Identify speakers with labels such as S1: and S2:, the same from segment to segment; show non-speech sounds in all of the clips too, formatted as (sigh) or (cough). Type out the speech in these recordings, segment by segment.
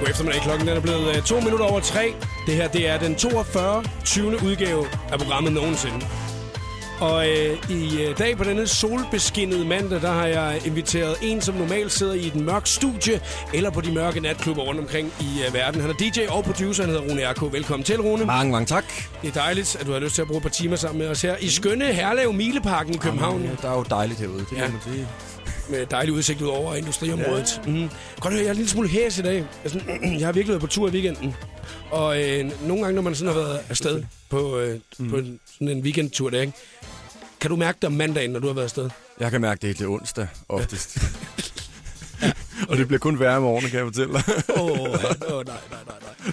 S1: God eftermiddag. Klokken den er blevet øh, to minutter over tre. Det her det er den 42. 20. udgave af programmet nogensinde. Og øh, i øh, dag på denne solbeskinnede mandag, der har jeg inviteret en, som normalt sidder i et mørkt studie eller på de mørke natklubber rundt omkring i øh, verden. Han er DJ og producer, han hedder Rune R.K. Velkommen til, Rune.
S2: Mange, mange tak.
S1: Det er dejligt, at du har lyst til at bruge et par timer sammen med os her i skønne Herlev Mileparken i København.
S2: Ja, der er jo dejligt herude. Det
S1: Ja.
S2: ja. man sige.
S1: med dejlig udsigt ud over industriområdet. Ja. Mm. Godt høre, jeg er en lille smule hæs i dag. Jeg, er sådan, (clears throat) jeg har virkelig været på tur i weekenden. Og øh, nogle gange, når man sådan har været afsted på, øh, mm. på en, sådan en weekendtur der, ikke? kan du mærke det om mandagen, når du har været afsted?
S2: Jeg kan mærke det til onsdag oftest. (laughs) Og det bliver kun værre om morgenen, kan jeg fortælle dig. (laughs)
S1: Åh, oh, oh, nej, nej, nej, nej.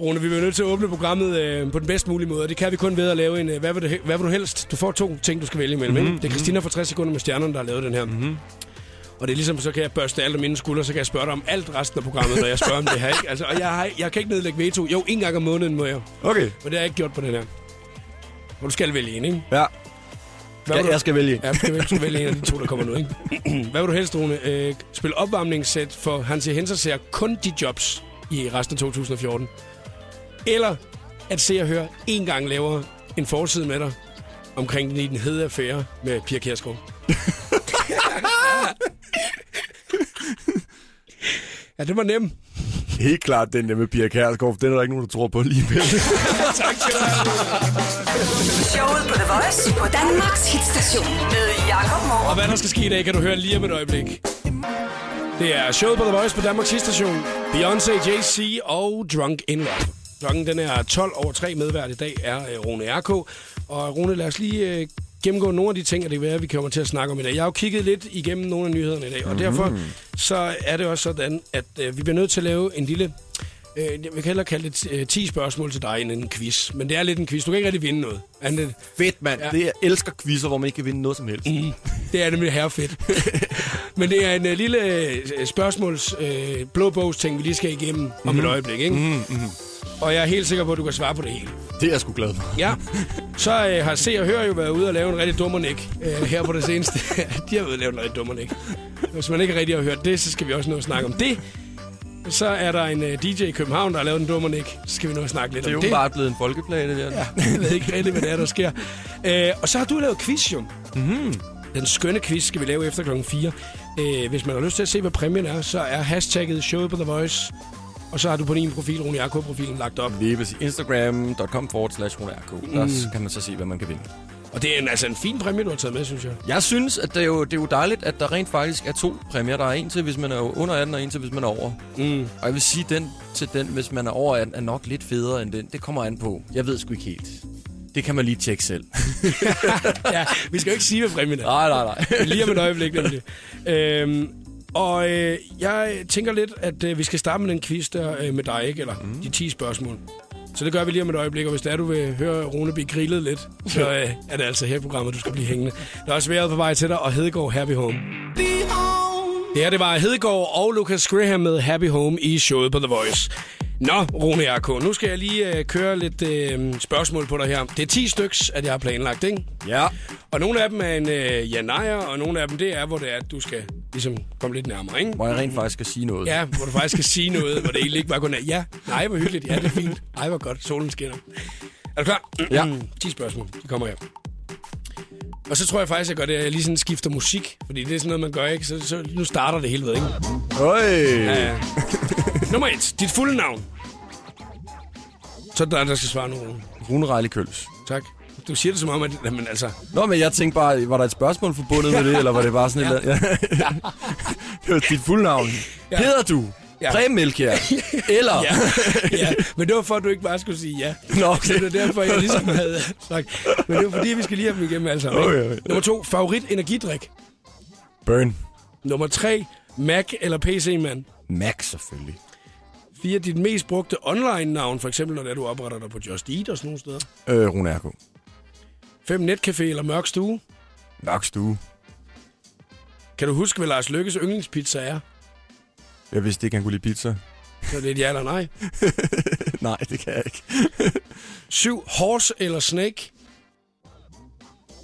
S1: Rune, vi bliver nødt til at åbne programmet øh, på den bedst mulige måde, og det kan vi kun ved at lave en, øh, hvad, vil du, he- hvad vil du helst? Du får to ting, du skal vælge imellem. Mm-hmm. Det er Christina fra 60 sekunder med stjernerne, der har lavet den her. Mm-hmm. Og det er ligesom, så kan jeg børste alt af mine skuldre, så kan jeg spørge dig om alt resten af programmet, når jeg spørger om det her. Ikke? Altså, og jeg, har, jeg kan ikke nedlægge veto. Jo, en gang om måneden må jeg,
S2: Okay.
S1: men det har jeg ikke gjort på den her. Og du skal vælge en, ikke?
S2: Ja,
S1: Hvad vil
S2: jeg,
S1: du-
S2: jeg skal vælge.
S1: Ja, du skal, vælge- du skal vælge en af de to, der kommer nu, ikke? (clears throat) Hvad vil du helst, Rune? Øh, spil opvarmningssæt for Hansi Henser ser kun de jobs i resten af 2014. Eller at se og høre en gang laver en forside med dig omkring den i den hede affære med Pia Kjærsgaard. ja, det var nemt.
S2: Helt klart den der med Pia Kærsgaard, for den er der ikke nogen, der tror på alligevel.
S1: tak skal du have. Rune.
S3: Showet på The Voice på Danmarks hitstation med Jakob
S1: Og
S3: Morup.
S1: hvad der skal ske i dag, kan du høre lige om et øjeblik. Det er showet på The Voice på Danmarks station. Beyoncé, JC og Drunk in Love. Klokken den er 12 over 3. Medvært i dag er øh, Rune R.K. Og Rune, lad os lige øh, gennemgå nogle af de ting, at det kan være, vi kommer til at snakke om i dag. Jeg har jo kigget lidt igennem nogle af nyhederne i dag, og mm-hmm. derfor så er det også sådan, at øh, vi bliver nødt til at lave en lille... Øh, jeg kan hellere kalde det øh, 10 spørgsmål til dig end en quiz. Men det er lidt en quiz. Du kan ikke rigtig vinde noget. Andet, end-
S2: (laughs) Fedt, mand. Ja. Det, jeg elsker quizzer, hvor man ikke kan vinde noget som helst. Mm.
S1: det er nemlig
S4: (laughs)
S1: herrefedt. Men det er en uh, lille øh, spørgsmåls uh, blåbogs-ting, vi lige skal igennem mm-hmm.
S4: Mhm.
S1: om et øjeblik. Ikke? Mm-hmm. Og jeg er helt sikker på, at du kan svare på det hele.
S2: Det er jeg sgu glad for.
S1: Ja, så øh, har Se og Hør jo været ude og lave en rigtig dummernik øh, her på det seneste. (laughs) De har været ude og lave en rigtig dummernik. Hvis man ikke rigtig har hørt det, så skal vi også nå at snakke om det. Så er der en øh, DJ i København, der har lavet en dummernik. Så skal vi nå at snakke lidt
S4: Det er
S1: om
S4: jo
S1: det.
S4: bare blevet en folkeplage, det der. Ja.
S1: Jeg ved ikke rigtig, hvad det er, der sker. Øh, og så har du lavet quiz, jo. Mm-hmm. Den skønne quiz skal vi lave efter klokken 4. Øh, hvis man har lyst til at se, hvad præmien er, så er hashtagget showet på The Voice. Og så har du på din profil, Rune Jakob-profilen, lagt op.
S2: Lige præcis. Instagram.com forward slash runerk. Der kan man så se, hvad man kan vinde.
S1: Og det er en, altså en fin præmie, du har taget med, synes jeg.
S4: Jeg synes, at det er, jo, det er jo dejligt, at der rent faktisk er to præmier. Der er en til, hvis man er under 18, og en til, hvis man er over.
S1: Mm.
S4: Og jeg vil sige, den til den, hvis man er over 18, er nok lidt federe end den. Det kommer an på. Jeg ved sgu ikke helt. Det kan man lige tjekke selv.
S1: Ja, vi skal jo ikke sige, hvad præmien er.
S4: (laughs) nej, nej, nej. (laughs)
S1: (laughs) Lige om et øjeblik, nemlig. Øhm, og øh, jeg tænker lidt, at øh, vi skal starte med den quiz der øh, med dig, ikke? Eller mm. de 10 spørgsmål. Så det gør vi lige om et øjeblik, og hvis det er, du vil høre Rune blive grillet lidt, så øh, er det altså her i programmet, du skal blive hængende. Der er også været på vej til dig, og Hedegaard Happy Home. Ja, det var Hedegaard og Lucas Graham med Happy Home i showet på The Voice. Nå, Rune R.K., nu skal jeg lige øh, køre lidt øh, spørgsmål på dig her. Det er 10 styks, at jeg har planlagt, ikke?
S2: Ja.
S1: Og nogle af dem er en øh, ja-nejer, og nogle af dem det er, hvor det er, at du skal ligesom komme lidt nærmere, ikke?
S4: Må jeg rent faktisk at sige noget?
S1: Ja, hvor du faktisk skal sige noget, hvor det egentlig ikke bare kun er, ja, nej, hvor hyggeligt, ja, det er fint, ej, hvor godt, solen skinner. Er du klar?
S4: Ja.
S1: (clears throat) 10 spørgsmål, de kommer her. Og så tror jeg faktisk, jeg gør det, at jeg lige sådan skifter musik, fordi det er sådan noget, man gør, ikke? Så, så nu starter det hele ved, ikke? (clears throat)
S2: Øj.
S1: Ja, ja. Nummer et, dit fulde navn. Så er der, der skal svare nogen.
S4: Rune Rejle Køls.
S1: Tak. Du siger det som om, at... Jamen, altså,
S4: Nå, men jeg tænkte bare, var der et spørgsmål forbundet med det, eller var det bare sådan et... Ja. (laughs) det var dit fulde navn. Ja. Hedder du
S1: Ja.
S4: (laughs) ja. Preben Elkjær? Eller...
S1: Ja, (laughs) ja, men det var for, at du ikke bare skulle sige ja.
S4: Nå,
S1: Så
S4: okay.
S1: det er derfor, jeg ligesom havde sagt. Men det var fordi, vi skal lige have dem igennem alle sammen. ikke?
S2: Okay, okay.
S1: Nummer to, favorit energidrik.
S2: Burn.
S1: Nummer tre, Mac eller PC-mand.
S2: Max, selvfølgelig.
S1: Fire, dit mest brugte online-navn, for eksempel når det er, du opretter dig på Just Eat og sådan nogle steder.
S2: Øh, Rune Erko.
S1: Fem, netcafé eller mørk stue.
S2: Mørk stue.
S1: Kan du huske, hvad Lars Lykkes yndlingspizza er?
S2: Jeg vidste ikke, han kunne lide
S4: (laughs)
S2: pizza.
S1: Så det er et ja eller nej.
S2: Nej, det kan jeg ikke.
S1: Syv, horse eller snake.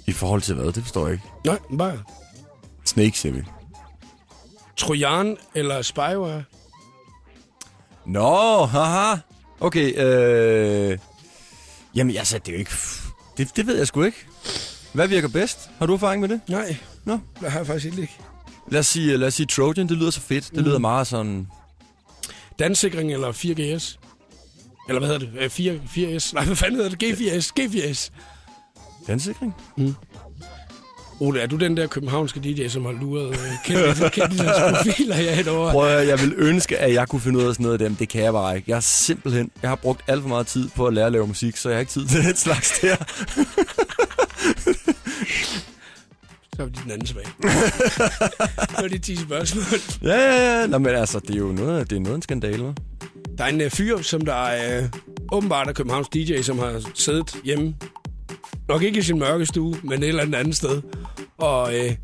S2: I forhold til hvad? Det forstår jeg ikke.
S1: Nej, bare.
S2: Snake, siger vi.
S1: Trojan eller spyware.
S4: Nå, haha. Okay, øh... Jamen, altså, det er jo ikke... Det, det ved jeg sgu ikke. Hvad virker bedst? Har du erfaring med det?
S1: Nej,
S4: Nå.
S1: det har jeg faktisk ikke.
S4: Lad os sige, lad os sige Trojan, det lyder så fedt. Det lyder meget sådan...
S1: Dansikring eller 4GS? Eller hvad hedder det? Øh, 4, 4S? Nej, hvad fanden hedder det? G4S? G4S?
S4: Dansikring?
S1: Ole, er du den der københavnske DJ, som har luret øh, kendte, kendte profiler her henover?
S4: Prøv at, høre, jeg vil ønske, at jeg kunne finde ud af sådan noget af dem. Det kan jeg bare ikke. Jeg har simpelthen... Jeg har brugt alt for meget tid på at lære at lave musik, så jeg har ikke tid til den slags der.
S1: Så er vi den anden svag. (laughs) det var de 10 spørgsmål.
S4: Ja, ja, ja. Nå, men altså, det er jo noget, det er noget af en skandale, hva'?
S1: Der er en øh, fyr, som der er øh, åbenbart er Københavns DJ, som har siddet hjemme. Nok ikke i sin mørke stue, men et eller andet andet sted. Og, øh,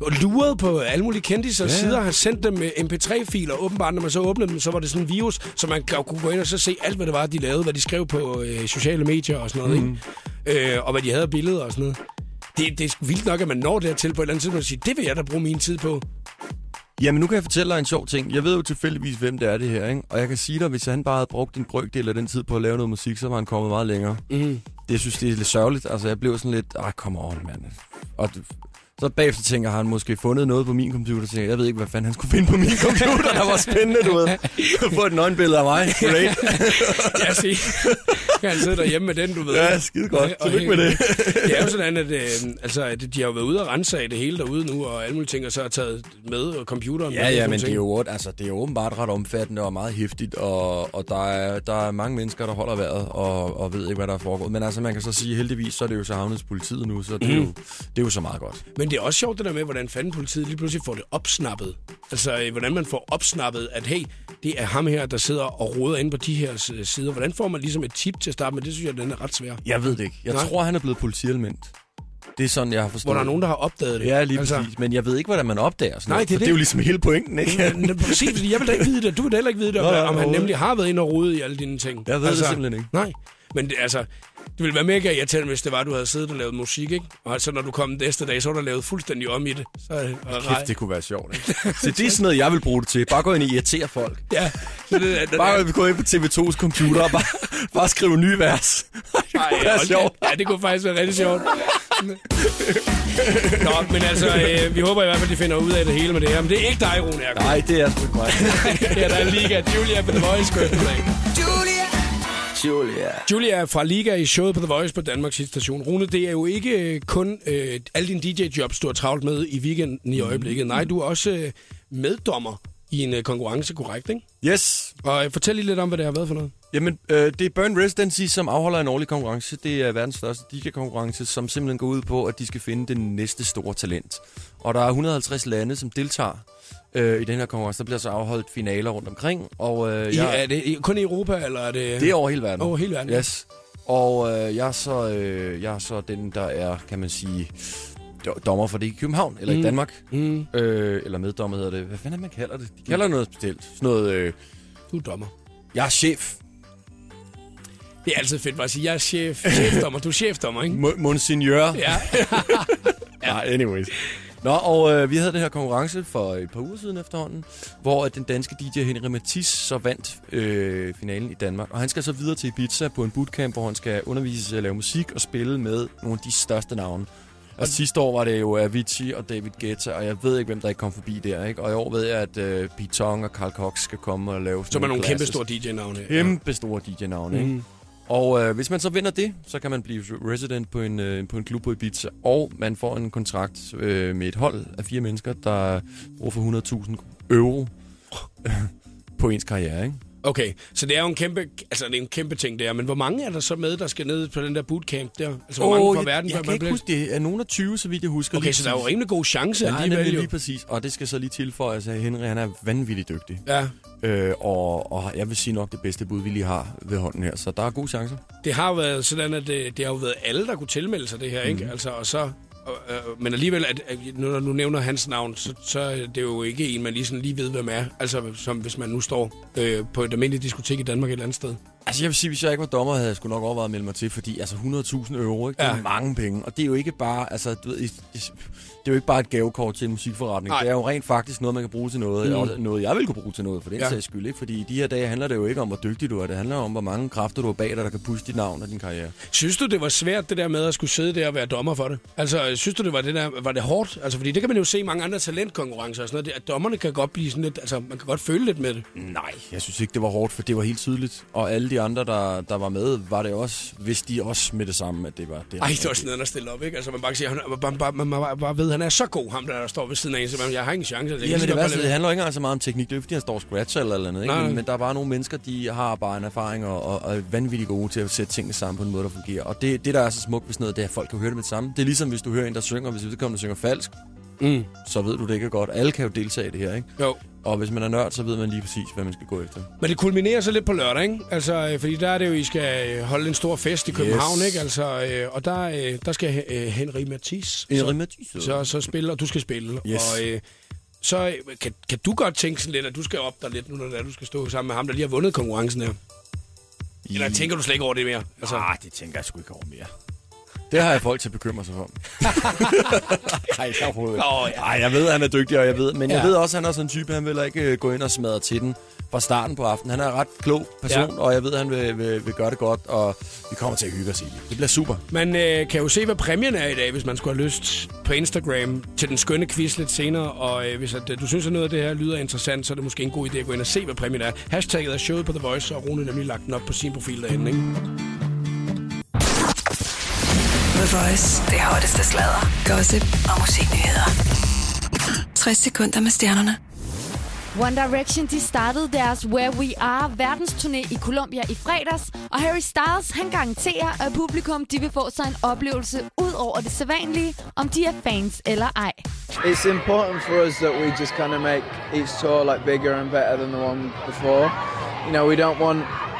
S1: og luret på alle mulige kendtiser ja. sider. Han sendte dem øh, mp3-filer. Åbenbart, når man så åbnede dem, så var det sådan en virus, så man kan- kunne gå ind og så se alt, hvad det var, de lavede. Hvad de skrev på øh, sociale medier og sådan noget. Mm. Ikke? Øh, og hvad de havde af billeder og sådan noget. Det, det er sgu vildt nok, at man når dertil på et eller andet tidspunkt og siger, det vil jeg da bruge min tid (laughs) på.
S4: Jamen, nu kan jeg fortælle dig en sjov ting. Jeg ved jo tilfældigvis, hvem det er, det her, ikke? Og jeg kan sige dig, hvis han bare havde brugt en brøkdel af den tid på at lave noget musik, så var han kommet meget længere.
S1: Mm.
S4: Det jeg synes det er lidt sørgeligt. Altså, jeg blev sådan lidt, ah, come on, mand. Og det- så bagefter tænker han måske fundet noget på min computer, tænker jeg, jeg ved ikke, hvad fanden han skulle finde på min computer, der var spændende, du ved. (laughs) Få et nøgenbillede af mig. Great.
S1: (laughs) Ja, (laughs) se. Kan han sidde derhjemme med den, du ved.
S4: Ja, skide godt.
S1: Og- og
S4: Tillykke med
S1: hænge-
S4: det.
S1: (laughs) det er jo sådan, at, øh, altså, at de har jo været ude og rense af det hele derude nu, og alle mulige ting, og så har taget med og computeren. med,
S4: Ja,
S1: og
S4: ja,
S1: sådan
S4: men det er,
S1: ting.
S4: jo, ort- altså, det er jo åbenbart ret omfattende og meget hæftigt, og, og der, er, der er mange mennesker, der holder vejret og, og ved ikke, hvad der er foregået. Men altså, man kan så sige, heldigvis, så er det jo så havnet hos politiet nu, så det, er, jo,
S1: Mm.
S4: det er jo så meget godt.
S1: Men det er også sjovt det der med, hvordan fanden politiet lige pludselig får det opsnappet. Altså, øh, hvordan man får opsnappet, at hey, det er ham her, der sidder og roder inde på de her øh, sider. Hvordan får man ligesom et tip til at starte med? Det synes jeg, den er ret svær.
S4: Jeg ved det ikke. Jeg
S1: Nej.
S4: tror, han er blevet politialment. Det er sådan, jeg har forstået.
S1: Hvor der er nogen, der har opdaget det.
S4: Mm. Ja, lige altså... præcis. Men jeg ved ikke, hvordan man opdager sådan
S1: Nej,
S4: noget.
S1: det er
S4: for det.
S1: det.
S4: er jo ligesom hele pointen, ikke?
S1: Men, men Præcis, fordi jeg vil da ikke vide det, og du vil da heller ikke vide det, om,
S4: Nå, nej,
S1: om han
S4: overhovedet.
S1: nemlig har været inde og rode i alle dine ting. Altså,
S4: Jeg ved det simpelthen ikke.
S1: Nej, men det, altså, det ville være mega irriterende, hvis det var, at du havde siddet og lavet musik, ikke? Og så når du kom næste dag, så var der lavet fuldstændig om i det. Så, og rej-
S2: Kæft, det kunne være sjovt, ikke?
S4: Så det er sådan noget, jeg vil bruge det til. Bare gå ind og irritere folk. (laughs)
S1: Ja, så det, den,
S4: Bare gå ind på TV2's computer og bare, bare skrive nye vers. (laughs) det kunne være sjovt.
S1: Ja, det kunne faktisk være rigtig sjovt. Nå, men altså, øh, vi håber i hvert fald, de finder ud af det hele med det her. Men det er ikke dig, Rune Erko.
S4: Nej, det er sgu ikke mig.
S1: Det er der er Liga. Julia på The Voice. God
S4: (laughs)
S1: eftermiddag.
S3: Julia.
S4: Julia.
S1: Julia er fra Liga i showet på The Voice på Danmarks station. Rune, det er jo ikke øh, kun øh, alle dine DJ-jobs, du har travlt med i weekenden i øjeblikket. Nej,
S4: Mm.
S1: du er også øh, meddommer i en øh, konkurrence, korrekt, ikke?
S4: Yes.
S1: Og øh, fortæl lige lidt om, hvad det har været for noget.
S4: Jamen, øh, det er Burn Residency, som afholder en årlig konkurrence. Det er verdens største DJ-konkurrence, som simpelthen går ud på, at de skal finde den næste store talent. Og der er 150 lande, som deltager øh, i den her konkurrence. Der bliver så afholdt finaler rundt omkring. Og, øh,
S1: Ja.
S4: jeg,
S1: I, er det i- kun i Europa, eller er det...
S4: Det er over hele verden.
S1: Over hele verden.
S4: Yes. Og øh, jeg, er så, øh, jeg er så den, der er, kan man sige, do- dommer for det i København, eller mm. i Danmark.
S1: Mm,
S4: Øh, eller meddommer hedder det. Hvad fanden er det, man kalder det? De kalder noget specielt. Sådan noget, øh,
S1: du er dommer.
S4: jeg er chef.
S1: Det er altid fedt bare at sige, jeg er chef, chefdommer. Du er chefdommer, ikke?
S4: Mo- Monsignor.
S1: Ja.
S4: (laughs) Nej, Ah, anyways. Nå, og øh, vi havde den her konkurrence for et par uger siden efterhånden, hvor at den danske DJ Henrik Mathis så vandt øh, finalen i Danmark. Og han skal så videre til Ibiza på en bootcamp, hvor han skal undervise i at lave musik og spille med nogle af de største navne. Og sidste år var det jo Avicii og David Guetta, og jeg ved ikke, hvem der ikke kom forbi der, ikke? Og i år ved jeg, at øh, Pete Tong og Carl Cox skal komme og lave...
S1: Så er man nogle kæmpe
S4: classes.
S1: store DJ-navne.
S4: Kæmpe store DJ-navne, ikke?
S1: Mm.
S4: Og øh, hvis man så vinder det, så kan man blive resident på en, øh, på en klub på Ibiza, og man får en kontrakt øh, med et hold af fire mennesker, der bruger for 100.000 euro (laughs) på ens karriere, ikke?
S1: Okay, så det er jo en kæmpe, altså det er en kæmpe ting der, men hvor mange er der så med, der skal ned på den der bootcamp der? Altså hvor mange fra
S4: jeg,
S1: verden? før
S4: jeg kan
S1: man
S4: ikke
S1: bliver-
S4: huske, det er nogen af 20, så vidt jeg husker.
S1: Okay, så der er jo
S4: præcis.
S1: rimelig god chance
S4: Ja,
S1: alligevel
S4: nemlig
S1: jo.
S4: lige præcis, og det skal så lige tilføjes, at Henry han er vanvittigt dygtig.
S1: Ja,
S4: Øh, og, og jeg vil sige nok det bedste bud, vi lige har ved hånden her, så der er gode chancer.
S1: det har jo været sådan, at øh, det, det har jo været alle, der kunne tilmelde sig det her, ikke?
S4: Mhm.
S1: Altså, og så... Og, øh, men alligevel, at, at nu, når du nævner hans navn, så, så er det jo ikke en, man lige, sådan lige ved, hvem er. Altså, som hvis man nu står øh, på et almindeligt diskotek i Danmark et eller andet sted.
S4: Altså jeg vil sige, hvis jeg ikke var dommer, havde jeg sgu nok overvejet at melde mig til, fordi altså 100.000 euro, ikke? det er
S1: Ja.
S4: mange penge. Og det er jo ikke bare, altså, du ved, i- i- det er jo ikke bare et gavekort til en musikforretning.
S1: Nej.
S4: Det er jo rent faktisk noget, man kan bruge til noget,
S1: Mm.
S4: mm. og noget jeg vil kunne bruge til noget for den
S1: Ja.
S4: ja. sags skyld. Ikke? Fordi i de her dage handler det jo ikke om, hvor dygtig du er. Det handler om, hvor mange kræfter du har bag dig, der kan puste dit navn og din karriere.
S1: Synes du, det var svært, det der med at skulle sidde der og være dommer for det? Altså, synes du, det var, det der, var det hårdt? Altså, fordi det kan man jo se i mange andre talentkonkurrencer og sådan noget, det- at dommerne kan godt blive sådan lidt, altså, man kan godt føle lidt med det.
S4: Nej, jeg synes ikke, det var hårdt, for det var helt tydeligt. Og alle de andre, der, der var med, var det også, hvis de også med det samme, at det var det.
S1: Ej, det var sådan noget, at stille op, ikke? Altså, man bare kan sige, han, man, bare, man, man, bare ved, han er så god, ham der, der står ved siden af en, så man, jeg har ingen chance. Altså, jeg
S4: Ja,
S1: kan
S4: men
S1: lige
S4: det,
S1: så godt
S4: værste,
S1: bare
S4: det
S1: lade
S4: handler jo ikke engang så meget om teknik. Det er jo ikke, fordi han står og scratcher eller, eller andet. Ikke?
S1: Nej.
S4: Men, men der er bare nogle mennesker, de har bare en erfaring og, og, og er vanvittigt gode til at sætte tingene sammen på en måde, der fungerer. Og det, det der er så smukt ved sådan noget, det er, at folk kan høre det med det samme. Det er ligesom, hvis du hører en, der synger, hvis vedkommende synger falsk,
S1: Mm.
S4: så ved du det ikke er godt. Alle kan jo deltage i det her, ikke?
S1: være. Jo.
S4: Og hvis man er nørd, så ved man lige præcis, hvad man skal gå efter.
S1: Men det kulminerer så lidt på lørdag, ikke? Altså, øh, fordi der er det jo, I skal øh, holde en stor fest i København,
S4: Yes.
S1: ikke? Altså, øh, og der, øh, der skal øh, Henri Mathis
S4: En
S1: så,
S4: rimatisød.
S1: så, så spille, og du skal spille.
S4: Yes.
S1: Og øh, så øh, kan, kan du godt tænke sådan lidt, at du skal op der lidt nu, når det er, du skal stå sammen med ham, der lige har vundet konkurrencen her? Eller tænker du slet ikke over det mere? Altså,
S4: Nej, Ah, det tænker jeg sgu ikke over mere. Det har jeg folk til at bekymre sig for. (laughs) Nej, jeg overhovedet ikke.
S1: Nå, ja.
S4: Ej, jeg ved, at han er dygtig, og jeg ved, men jeg
S1: Ja.
S4: ved også, at han er sådan en type, han vil ikke øh, gå ind og smadre til den fra starten på aftenen. Han er en ret klog person,
S1: Ja.
S4: ja. og jeg ved, at han vil, vil, vil gøre det godt, og vi kommer til at hygge os i det. Det bliver super.
S1: Man øh, kan jo se, hvad præmien er i dag, hvis man skulle have lyst på Instagram til den skønne quiz lidt senere. Og øh, hvis at, øh, du synes, at noget af det her lyder interessant, så er det måske en god idé at gå ind og se, hvad præmien er. Hashtagget er showet på The Voice, og Rune har nemlig lagt den op på sin profil derinde. Ikke?
S3: The Voice. Det hotteste sladder, gossip og musiknyheder. 60 sekunder med stjernerne.
S5: One Direction de startede deres Where We Are verdensturné i Colombia i fredags, og Harry Styles han garanterer, at publikum de vil få sig en oplevelse ud over det sædvanlige, om de er fans eller ej.
S6: It's important for us that we just kind of make each tour like bigger and better than the one before. You know, we don't want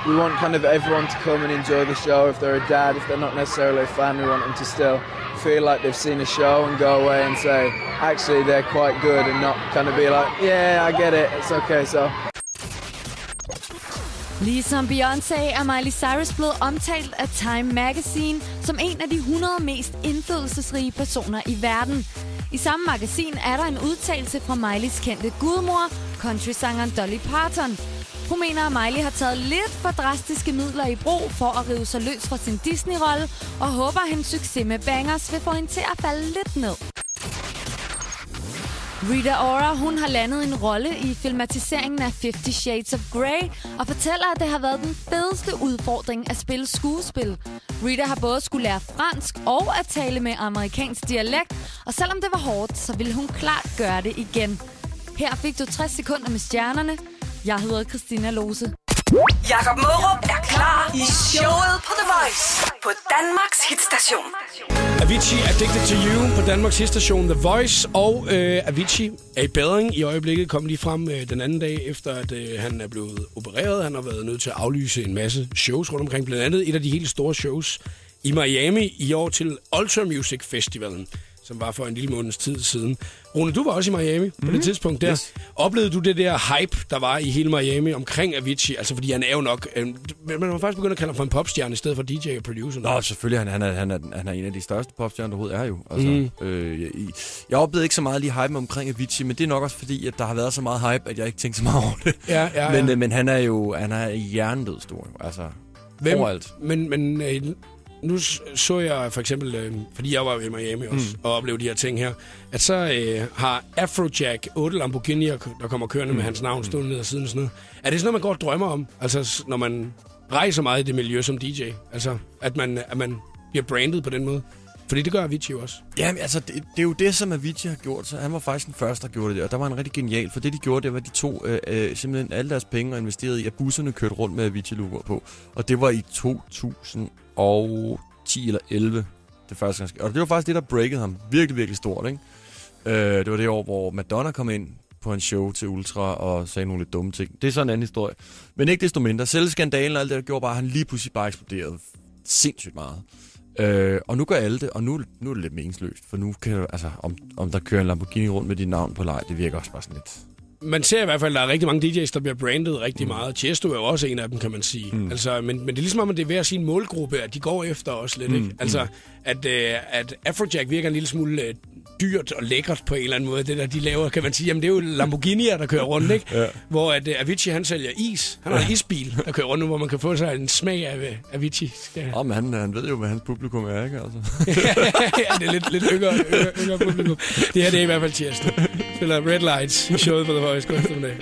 S6: we want kind of everyone to come and enjoy the show. If they're a dad, if they're not necessarily a fan, we want them to still feel like they've seen a show and go away and say, actually, they're quite good, and not kind of be like, yeah, I get it, it's okay. So
S5: Ligesom Beyoncé er Miley Cyrus blevet omtalt af Time Magazine som en af de 100 mest indflydelsesrige personer i verden. I samme magasin er der en udtalelse fra Mileys kendte gudmor, countrysangeren Dolly Parton. Hun mener, at Miley har taget lidt for drastiske midler i brug for at rive sig løs fra sin Disney-rolle, og håber, at hendes succes med Bangers vil få hende til at falde lidt ned. Rita Ora, hun har landet en rolle i filmatiseringen af Fifty Shades of Grey, og fortæller, at det har været den fedeste udfordring at spille skuespil. Rita har både skulle lære fransk og at tale med amerikansk dialekt, og selvom det var hårdt, så ville hun klart gøre det igen. Her fik du 60 sekunder med stjernerne. Jeg hedder Christina Lose.
S3: Jakob Mørup er klar i showet på The Voice på Danmarks hitstation.
S1: Avicii Addicted to You på Danmarks station The Voice, og øh, Avicii er i bedring i øjeblikket, kom lige frem øh, den anden dag, efter at øh, han er blevet opereret. Han har været nødt til at aflyse en masse shows rundt omkring, blandt andet et af de helt store shows i Miami i år til Ultra Music Festivalen, som var for en lille måneds tid siden. Rune, du var også i Miami mm.
S4: Mhm.
S1: på det tidspunkt der. Yes. Oplevede du det der hype, der var i hele Miami omkring Avicii? Altså, fordi han er jo nok... Øh, man må faktisk begynde at kalde ham for en popstjerne i stedet for DJ og producer.
S4: Nå, selvfølgelig. Han, han, er, han, er, han er en af de største popstjerner, der overhovedet er jo. Altså, mm. øh, jeg, i- jeg oplevede ikke så meget lige hype omkring Avicii, men det er nok også fordi, at der har været så meget hype, at jeg ikke tænkte så meget over det.
S1: Ja, ja, ja.
S4: Men, øh, men han er jo han er hjernedød stor. jo. Altså,
S1: Hvem,
S4: overalt.
S1: Men, men øh, nu s- så jeg for eksempel, øh, fordi jeg var jo i Miami også, mm. og oplevede de her ting her, at så øh, har Afrojack otte Lamborghini'er, der kommer kørende mm. med hans navn stående ned ad siden og sådan noget. Er det sådan noget, man går og drømmer om? Altså, s- når man rejser meget i det miljø som DJ? Altså, at man, at man bliver brandet på den måde? Fordi det gør Avicii jo også.
S4: Jamen, altså, det, det er jo det, som Avicii har gjort. Så han var faktisk den første, der gjorde det, og der var han rigtig genial. For det, de gjorde, det var, at de tog øh, øh, simpelthen alle deres penge og investerede i, at busserne kørte rundt med Avicii-logoer på. Og det var i 2010 eller 11, det første gang. Og det var faktisk det, der breakede ham virkelig, virkelig stort, ikke? Øh, det var det år, hvor Madonna kom ind på en show til Ultra og sagde nogle lidt dumme ting. Det er sådan en anden historie. Men ikke desto mindre. Selv skandalen og alt det, der gjorde bare, at han lige pludselig bare eksploderede sindssygt meget. Øh, og nu gør alle det, og nu, nu er det lidt meningsløst, for nu kan du, altså, om, om der kører en Lamborghini rundt med dit navn på leg, det virker også bare sådan lidt
S1: man ser i hvert fald, at der er rigtig mange DJ's, der bliver brandet rigtig mm. meget. Tiesto er jo også en af dem, kan man sige. Mm. Altså, men, men det er ligesom om, at det er ved at sige en målgruppe, at de går efter os lidt. Mm. Ikke? Altså, at, øh, at Afrojack virker en lille smule øh, dyrt og lækkert på en eller anden måde, det der, de laver, kan man sige. Jamen, det er jo Lamborghini'er, der kører rundt, ikke? (laughs) ja. Hvor at, øh, Avicii, han sælger is. Han har en isbil, der kører rundt nu, hvor man kan få sig en smag af øh, Avicii. Ja.
S4: Åh, men han, han ved jo, hvad hans publikum er, ikke? Altså.
S1: ja, det er lidt, lidt yngre, yngre, yngre publikum. Det her det er i hvert fald Tiesto. Spiller Red Lights i showet på The Voice. God eftermiddag.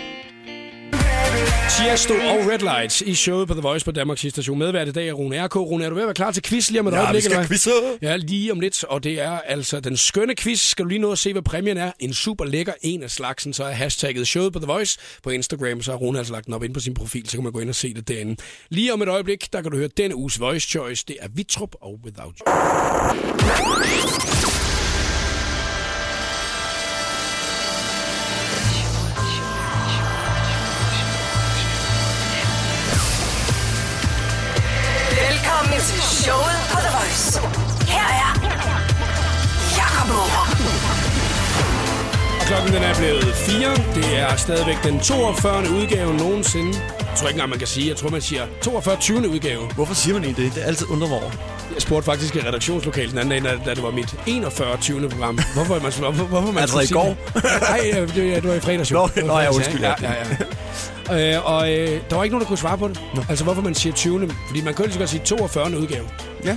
S1: Tiesto og Red Lights i showet på The Voice på Danmarks sidste station. Medvært i dag er Rune R.K. Rune, er du ved at være klar til quiz lige om et
S4: Ja, vi
S1: øjeblik?
S4: skal
S1: eller hvad?
S4: quizze.
S1: Ja, lige om lidt. Og det er altså den skønne quiz. Skal du lige nå at se, hvad præmien er? En super lækker en af slagsen. Så er hashtagget showet på The Voice på Instagram. Så har Rune altså lagt den op ind på sin profil, så kan man gå ind og se det derinde. Lige om et øjeblik, der kan du høre denne uges Voice Choice. Det er Vitrup og Without You.
S3: Velkommen til showet på The Voice. Her er Jakob Morup.
S1: Klokken den er blevet 4. Det er stadigvæk den 42. udgave nogensinde. Jeg tror ikke engang, man kan sige. Jeg tror, man siger 42. 20. udgave.
S4: Hvorfor siger man egentlig det? Det er altid undret mig over.
S1: Jeg spurgte faktisk i redaktionslokalet den anden dag, da, da det var mit 41. 20. program. Hvorfor man, hvorfor, hvorfor man
S4: Altså
S1: skulle
S4: i
S1: sige
S4: går?
S1: det? (laughs) Nej, øh, det, ja, det var i fredags. jo.
S4: Nå,
S1: Det var
S4: nå, ja,
S1: fredags,
S4: undskyld,
S1: Ja, ja, ja. ja. Øh, og øh, der var ikke nogen, der kunne svare på det. Altså, hvorfor man siger 20. Fordi man kunne lige så godt sige 42. udgave.
S4: Ja.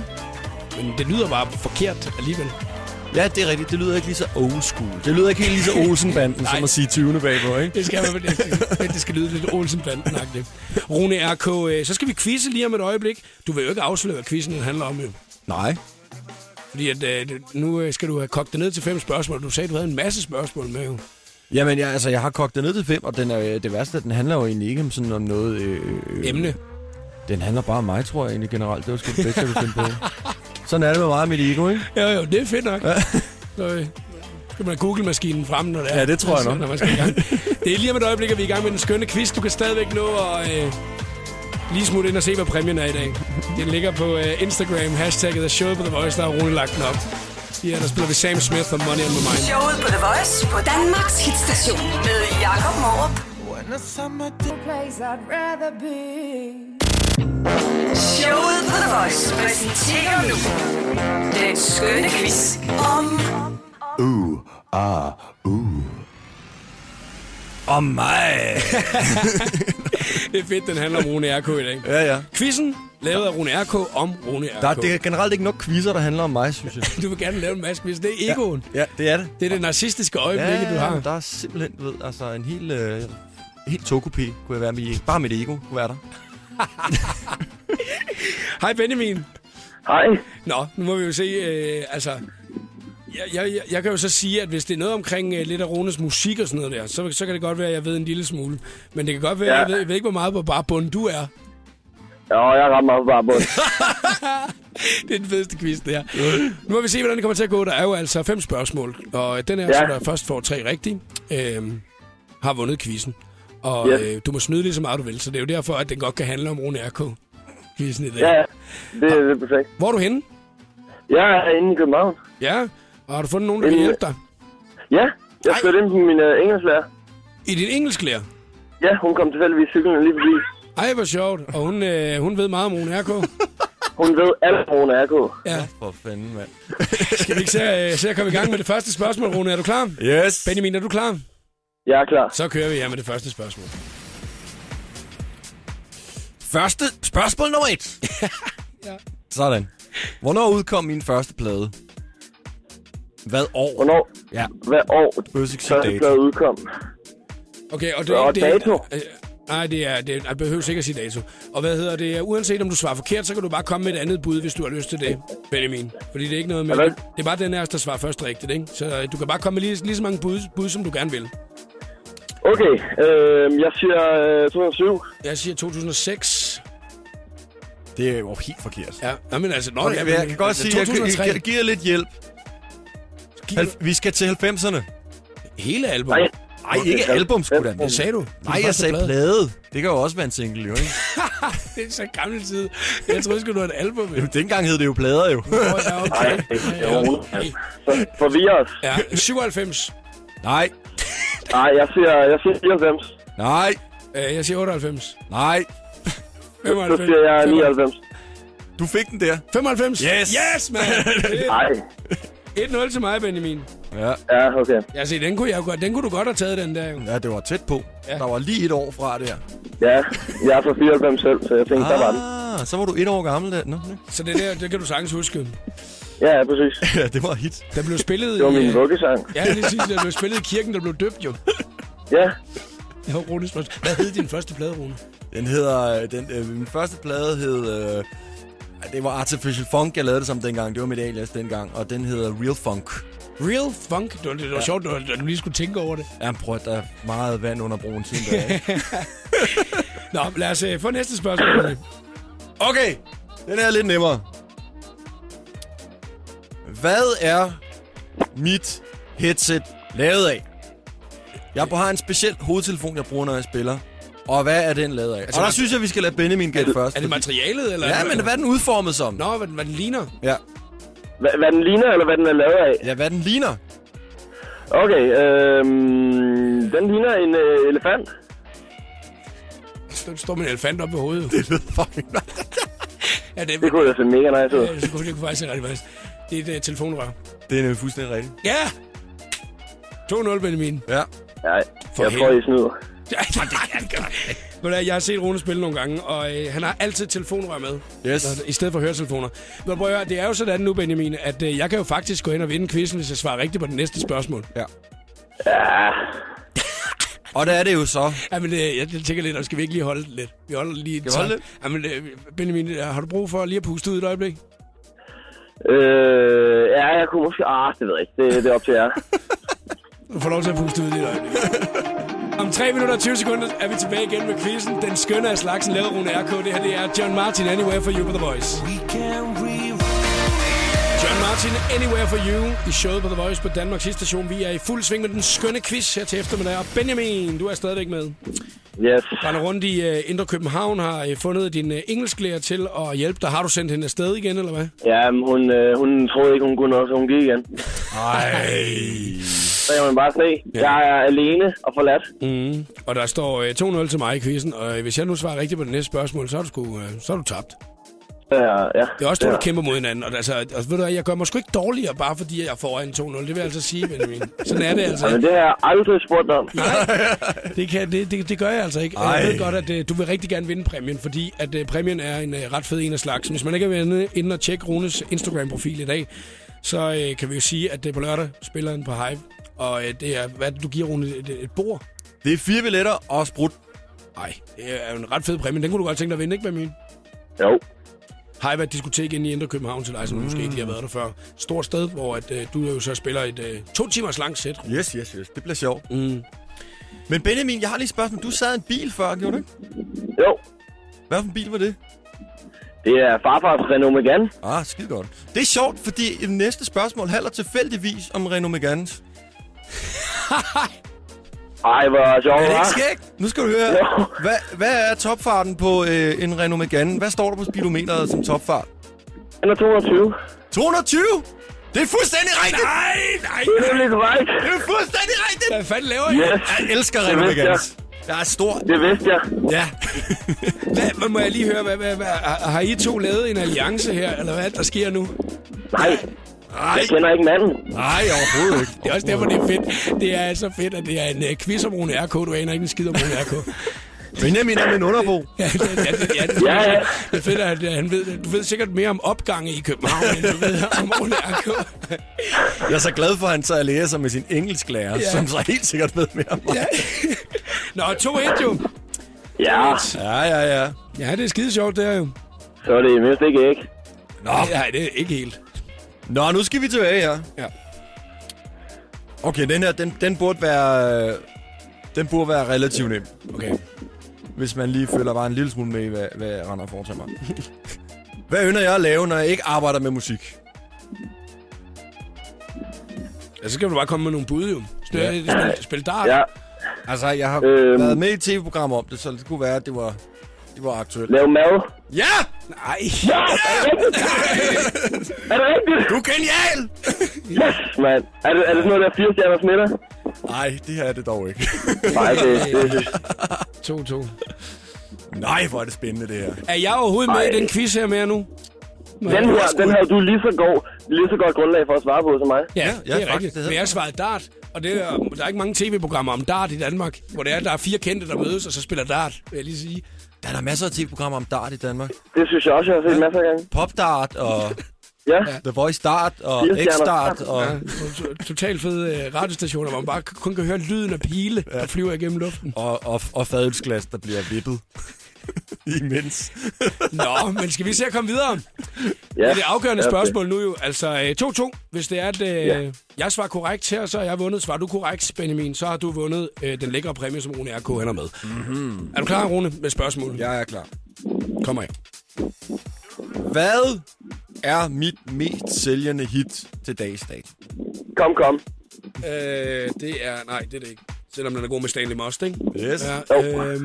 S1: Men det lyder bare forkert alligevel.
S4: Ja, det er rigtigt. Det lyder ikke lige så old school. Det lyder ikke helt lige så Olsen-banden, som at sige 20. bagpå, ikke?
S1: Det skal, man, det, det skal lyde lidt olsen banden Rune R.K., øh, så skal vi quizze lige om et øjeblik. Du vil jo ikke afsløre, hvad quizzen handler om, jo.
S4: Nej.
S1: Fordi at, øh, det- nu øh, skal du have kogt det ned til fem spørgsmål. Du sagde, du havde en masse spørgsmål med, jo.
S4: Jamen, jeg, altså, jeg har kogt det ned til fem, og den er, øh, det værste, at den handler jo egentlig ikke om sådan om noget... Øh, øh,
S1: Emne.
S4: Den handler bare om mig, tror jeg egentlig generelt. Det var sgu det bedste, jeg kunne finde på. (laughs) Sådan er det med mig og mit ego, ikke?
S1: Jo, jo, det er fedt nok. Så øh, skal man have Google-maskinen frem, når det er.
S4: Ja, det tror jeg
S1: Så,
S4: nok.
S1: Når man skal i gang. Det er lige om et øjeblik, at vi er i gang med den skønne quiz. Du kan stadigvæk nå at øh, lige smutte ind og se, hvad præmien er i dag. Den ligger på øh, Instagram, hashtagget er showet på The Voice, der har Rune lagt den op. Ja, der spiller vi Sam Smith og Money on My Mind.
S3: Showet på The Voice på Danmarks hitstation med Jakob Morup. Showet på The Voice præsenterer nu den skønne quiz om
S4: Om oh, mig!
S1: Det er fedt, den handler om Rune R.K. i dag.
S4: ja, ja.
S1: Quizzen lavet af Rune R.K. om Rune R.K.
S4: Der er, det er generelt ikke nok quizzer, der handler om mig, synes jeg.
S1: Du vil gerne lave en masse quiz. Det er (laughs) egoen.
S4: Ja, det er det.
S1: Det er det narcistiske øjeblik, du har.
S4: men der er simpelthen, du ved, altså en hel, øh, helt togkopi, kunne jeg være med Bare mit ego kunne være der.
S1: Hej Benjamin.
S7: Hej.
S1: Nå, nu må vi jo se, øh, altså... Jeg, jeg, jeg- jeg kan jo så sige, at hvis det er noget omkring øh, lidt af Rones musik og sådan noget der, så, så kan det godt være, at jeg ved en lille smule. Men det kan godt være, at
S7: Ja.
S1: jeg ved, jeg ved ikke, hvor meget på bare bund du er.
S7: Jo, jeg rammer bare bund.
S1: Det er den fedeste quiz, det her. Nu må vi se, hvordan det kommer til at gå. Der er jo altså fem spørgsmål, og den her, ja.
S7: Ja.
S1: som der først får tre rigtige, øh, har vundet quizzen. Og
S7: Yes.
S1: øh, du må snyde lige så meget, du vil, så det er jo derfor, at den godt kan handle om Rune R.K. Quizzen i dag.
S7: Ja, ja. det, det er perfekt.
S1: Hvor er du henne?
S7: Jeg er inde i København.
S1: Ja, og har du fundet nogen, der kan
S7: Inde-
S1: hjælpe dig?
S7: Ja, jeg
S1: Ej.
S7: flyttede ind med min uh, engelsklærer.
S1: I din engelsklærer?
S7: Ja, hun kom tilfældigvis cyklen lige forbi.
S1: Ej, hvor sjovt. Og hun, øh, hun ved meget om Rune R.K.
S7: Hun ved alt, hvor hun er på.
S1: Ja.
S4: For fanden, mand.
S1: Skal vi ikke se, øh, se at komme i gang med det første spørgsmål, Rune? Er du klar?
S4: Yes!
S1: Benjamin, er du klar?
S7: Jeg er klar.
S1: Så kører vi her med det første spørgsmål.
S4: Første spørgsmål nummer
S1: (laughs)
S4: et.
S1: Ja.
S4: Sådan. Hvornår udkom min første plade? Hvad år?
S7: Hvornår?
S4: Ja.
S7: Hvad år?
S4: Fødselsdato.
S7: Første plade udkom.
S1: Okay, og det
S7: Og
S1: det,
S7: dato?
S1: Øh, nej, det er, det er, behøver sikkert sige dato. Og hvad hedder det? Uanset om du svarer forkert, så kan du bare komme med et andet bud, hvis du har lyst til det, Benjamin. Fordi det er ikke noget med...
S7: Er det-
S1: Det er bare den af os, der svarer først rigtigt, ikke? Så øh, du kan bare komme med lige, lige så mange bud, bud, som du gerne vil.
S7: Okay, øh, jeg siger øh, 2007.
S1: Jeg siger 2006.
S2: Det er jo helt forkert.
S1: Ja, Nå, men altså... Nå,
S4: Okay,
S1: ja,
S4: jeg,
S1: men-
S4: jeg kan godt sige, jeg, jeg,
S1: 2003.
S4: jeg, jeg giver lidt hjælp.
S1: Giver du
S4: Halv, vi skal til 90'erne.
S1: Hele
S7: Nej,
S1: albumet?
S4: Nej, ikke album, sgu da.
S1: Det sagde du. Din
S4: Nej, jeg
S1: første
S4: sagde
S1: plade.
S4: plade. Det kan jo også være en single, jo, (laughs) ikke?
S1: Det er så gammel tid. Jeg troede, sgu, du havde et album.
S7: (laughs)
S1: med.
S4: Jamen, dengang hed det jo plader, jo.
S1: Åh, ja, okay.
S7: nej, det er overhovedet. Så forvirrer os.
S1: Ja, 97.
S4: Nej,
S7: Nej, jeg siger, jeg siger 94.
S4: Nej,
S1: Øh, jeg siger 98.
S4: nej.
S7: Så
S1: 95.
S7: siger jeg 99.
S2: Du fik den der.
S1: 95?
S2: Yes.
S1: Yes,
S4: (laughs)
S1: man!
S7: Nej.
S1: 1-0 til mig, Benjamin.
S7: Ja, okay.
S1: Ja, se, den kunne, jeg jo godt, den kunne du godt have taget, den der jo.
S2: Ja, det var tæt på.
S1: Ja.
S2: Der var lige et år fra der.
S7: Ja, jeg er fra 94 selv, så jeg tænkte, der var den.
S4: Ah, så var du et år gammel. Da. Nå, nå.
S1: Så det der, det kan du sagtens huske.
S7: Ja, ja, præcis.
S4: ja, det var et hit.
S1: Der blev spillet...
S7: Det var
S1: i,
S7: min
S1: øh,
S7: vuggesang.
S1: Ja, lige sidst, der blev spillet i kirken, der blev døbt jo.
S7: Ja,
S1: Det var Rones første. Hvad hed din første plade, Rune?
S4: Den hedder... øh, Den, øh, min første plade hed... Øh, ej, det var Artificial Funk, jeg lavede det som dengang. Det var mit alias dengang. Og den hedder Real Funk.
S1: Real Funk. Det var, det var ja. sjovt, at du lige skulle tænke over det.
S4: Ja, prøv at der er meget vand under broen siden da. ikke?
S1: Nå, lad os øh, få næste spørgsmål. Rune.
S4: okay, den er lidt nemmere. Hvad er mit headset lavet af? Jeg har en speciel hovedtelefon, jeg bruger, når jeg spiller. Og hvad er den lavet af? Altså, og der synes jeg, vi skal lade Benjamin gætte først.
S1: Er det
S4: fordi-
S1: materialet, eller?
S4: Ja, men hvad er den udformet som?
S1: Nå, hvad, den- hvad den ligner.
S4: Ja.
S7: Hva- hvad den ligner, eller hvad den er lavet af?
S4: ja, hvad den ligner?
S7: Okay, øhm, den ligner en øh, elefant.
S1: Så står med en elefant op ved
S7: (laughs)
S1: hovedet.
S4: Det lyder fucking
S1: Ja, det,
S7: Det kunne jeg se mega nice ud.
S1: det, kunne, det kunne faktisk være rigtig nice. Det er et uh, telefonrør.
S4: (laughs) Det er nemlig fuldstændig rigtigt.
S1: Ja! 2-0, Benjamin.
S4: Ja.
S7: Ja, jeg tror, I snyder.
S1: Ja, det er det godt. Ved du hvad, Jeg har set Rune spille nogle gange, og øh, han har altid telefonrør med.
S4: Yes.
S1: Så- I stedet for høretelefoner. Men prøv at høre, det er jo sådan nu, Benjamin, at øh, jeg kan jo faktisk gå ind og vinde quizzen, hvis jeg svarer rigtigt på det næste spørgsmål.
S4: Og der er det jo så.
S1: Jamen, øh, jeg tænker lidt, og skal vi ikke lige holde den lidt? Vi holder den lige
S4: vi holde lidt?
S1: Jamen, øh, Benjamin, øh, har du brug for lige at puste ud et øjeblik?
S7: Øh, ja, jeg kunne måske... Ah, det ved jeg ikke. Det, det er op til jer.
S1: Du får lov til at puste ud lige et øjeblik. Om 3 minutter og 20 sekunder er vi tilbage igen med quizzen. Den skønne af slagsen lavet af Rune RK. Det her det er John Martin Anywhere for You på The Voice. John Martin Anywhere for You i showet på The Voice på Danmarks station. Vi er i fuld sving med den skønne quiz her til eftermiddag. Og Benjamin, du er stadigvæk med.
S7: Yes.
S1: Render rundt i øh, Indre København, har øh, fundet din øh, engelsklærer til at hjælpe dig. Har du sendt hende afsted igen, eller hvad?
S7: Ja, men hun, øh, hun troede ikke, hun kunne noget, så hun gik igen. Så kan man bare se. Jeg er alene og forladt.
S1: Mm. (laughs) Og der står øh, 2-0 til mig i quizzen, og øh, hvis jeg nu svarer rigtigt på det næste spørgsmål, så er du, sgu, øh, så er du tabt.
S7: Ja, ja.
S1: Det er også to,
S7: ja.
S1: der kæmper mod hinanden. Og, altså, og ved du hvad, jeg gør mig sgu ikke dårligere, bare fordi jeg får en 2-0. Det vil jeg altså sige, Benjamin. Sådan er det altså.
S7: (laughs) Men det har jeg aldrig spurgt dig om.
S1: Det, kan, det, det, det gør jeg altså ikke. Ej. Jeg ved godt, at øh, du vil rigtig gerne vinde præmien, fordi at øh, præmien er en øh, ret fed en af slagsen. Hvis man ikke er inde, inde og tjekke Runes Instagram-profil i dag, så øh, kan vi jo sige, at det på lørdag spiller han på Hive. Og øh, det er, hvad er det, du giver Rune? Et, et bord?
S4: Det er fire billetter og sprut.
S1: Nej, det er jo en ret fed præmie. Den kunne du godt tænke dig at vinde, ikke, Benjamin?
S7: Jo.
S1: har været diskotek inde i Indre København til dig, som mm. måske ikke lige har været der før. Stort sted, hvor at, øh, du jo så spiller et øh, to timers langt sæt.
S4: Yes, yes, yes. Det bliver sjovt.
S1: Mm.
S4: Men Benjamin, jeg har lige et spørgsmål. Du sad i en bil før, gjorde du ikke?
S7: Jo.
S4: Hvad for en bil var det?
S7: Det er farfars Renault Megane.
S4: Ah, skide godt. Det er sjovt, fordi det næste spørgsmål handler tilfældigvis om Renault Meganes.
S7: Ej, hvor sjovt,
S4: Er det ikke
S7: hva'?
S4: skægt? Nu skal du høre.
S7: Jo.
S4: Hvad, hvad er topfarten på øh, en Renault Megane? Hvad står der på speedometeret som topfart?
S7: Han er 220.
S4: 220! Det er fuldstændig rigtigt! Nej, nej!
S7: Det er lidt korrekt.
S4: Det er fuldstændig rigtigt!
S1: Hvad fanden laver jeg?
S7: Yes.
S4: Jeg elsker Renault
S7: vidste jeg.
S4: Meganes. Jeg er stor.
S7: Det vidste jeg.
S4: Ja.
S1: Hvad, hvad, må jeg lige høre, hvad, hvad, hvad, har har I to lavet en alliance her, eller hvad er det, der sker nu?
S7: Nej,
S4: Nej,
S7: jeg kender ikke manden.
S4: nej, overhovedet ikke.
S1: Det er også derfor, det er fedt. Det er så fedt, at det er en øh, quiz om Rune RK. Du aner ikke en skid om Rune RK.
S4: Benjamin er min underbo.
S1: ja, det, ja, det, ja, det,
S7: Ja, ja.
S1: det er fedt, at øh, han ved, det. du ved sikkert mere om opgange i København, end du ved om Rune RK.
S4: Jeg er så glad for, at han så alligerer sig med sin engelsklærer,
S1: Ja.
S4: ja. som så helt sikkert ved mere om mig.
S1: Ja. Nå, 2-1 jo.
S7: Ja,
S4: Ja, ja, ja.
S1: Ja, det er skide sjovt, det er jo.
S7: så er det i mindst ikke ikke.
S4: Nå,
S1: Nej, det er ikke helt.
S4: Nå nu skal vi tilbage her.
S1: Ja.
S4: Okay, den her, den, den burde være... øh, Den burde være relativt nem,
S1: Okay.
S4: hvis man lige følger bare en lille smule med, i, hvad, hvad jeg render og foretager mig. hvad ynder jeg at lave, når jeg ikke arbejder med musik?
S1: Ja, så skal du bare komme med nogle bud, jo. Spil,
S4: Ja.
S1: ja. spil, spil dart.
S7: Ja,
S4: Altså, jeg har
S7: Øhm.
S4: øhm. været med i et tv-program om det, så det kunne være, at det var, det var aktuelt.
S7: lav mad.
S4: Ja!
S1: Nej.
S7: Ja, er det rigtigt? Er det rigtigt?
S4: Du er genial!
S7: Yes, mand. Er det, er det sådan noget, der er fire stjerner middag?
S4: Nej, det er det dog ikke. (laughs)
S7: Nej, det, det, det,
S1: 2-2.
S4: Nej, hvor er det spændende, det her.
S1: Er jeg overhovedet med
S7: Ej.
S1: i den quiz her mere nu? Må
S7: den
S1: jeg-
S7: her, den har du lige så, god, lige så godt grundlag for at svare på som mig.
S1: Ja, ja,
S4: ja,
S1: det er
S4: faktisk,
S1: rigtigt.
S4: det hedder
S1: Men jeg svarede dart, og det er, der er ikke mange tv-programmer om dart i Danmark, hvor det er, der er fire kendte, der mødes, og så spiller dart, vil jeg lige sige.
S4: Der er der masser af tv-programmer om dart i Danmark.
S7: Det synes jeg også, jeg har set masser af gange.
S4: Popdart og
S7: Ja,
S4: The Voice Dart og
S7: Firestjerner.
S4: X-Dart. Og...
S1: Ja. Totalt fede øh, radiostationer, hvor man bare kun kan høre lyden af pile, der flyver igennem luften.
S4: Og, og, og fadølsglas, der bliver vippet. (laughs) Imens.
S1: Nå, men skal vi se at komme videre?
S7: (laughs) ja.
S1: Det er det afgørende
S7: Ja, okay.
S1: spørgsmål nu jo. Altså øh, 2-2. Hvis det er, at øh,
S7: Ja.
S1: jeg svarer korrekt her, så har jeg vundet. Svarer du korrekt, Benjamin, så har du vundet øh, den lækre præmie, som Rune RK ender med. Mm-hmm. Er du klar, Rune, med spørgsmålet?
S4: Jeg er klar.
S1: Kom af.
S4: Hvad er mit mest sælgende hit til dags dato?
S7: Kom, kom.
S1: Øh, det er... Nej, det er det ikke. Selvom den er god med Stanley Most, ikke?
S4: Yes.
S1: Ja,
S7: Jo.
S1: øh,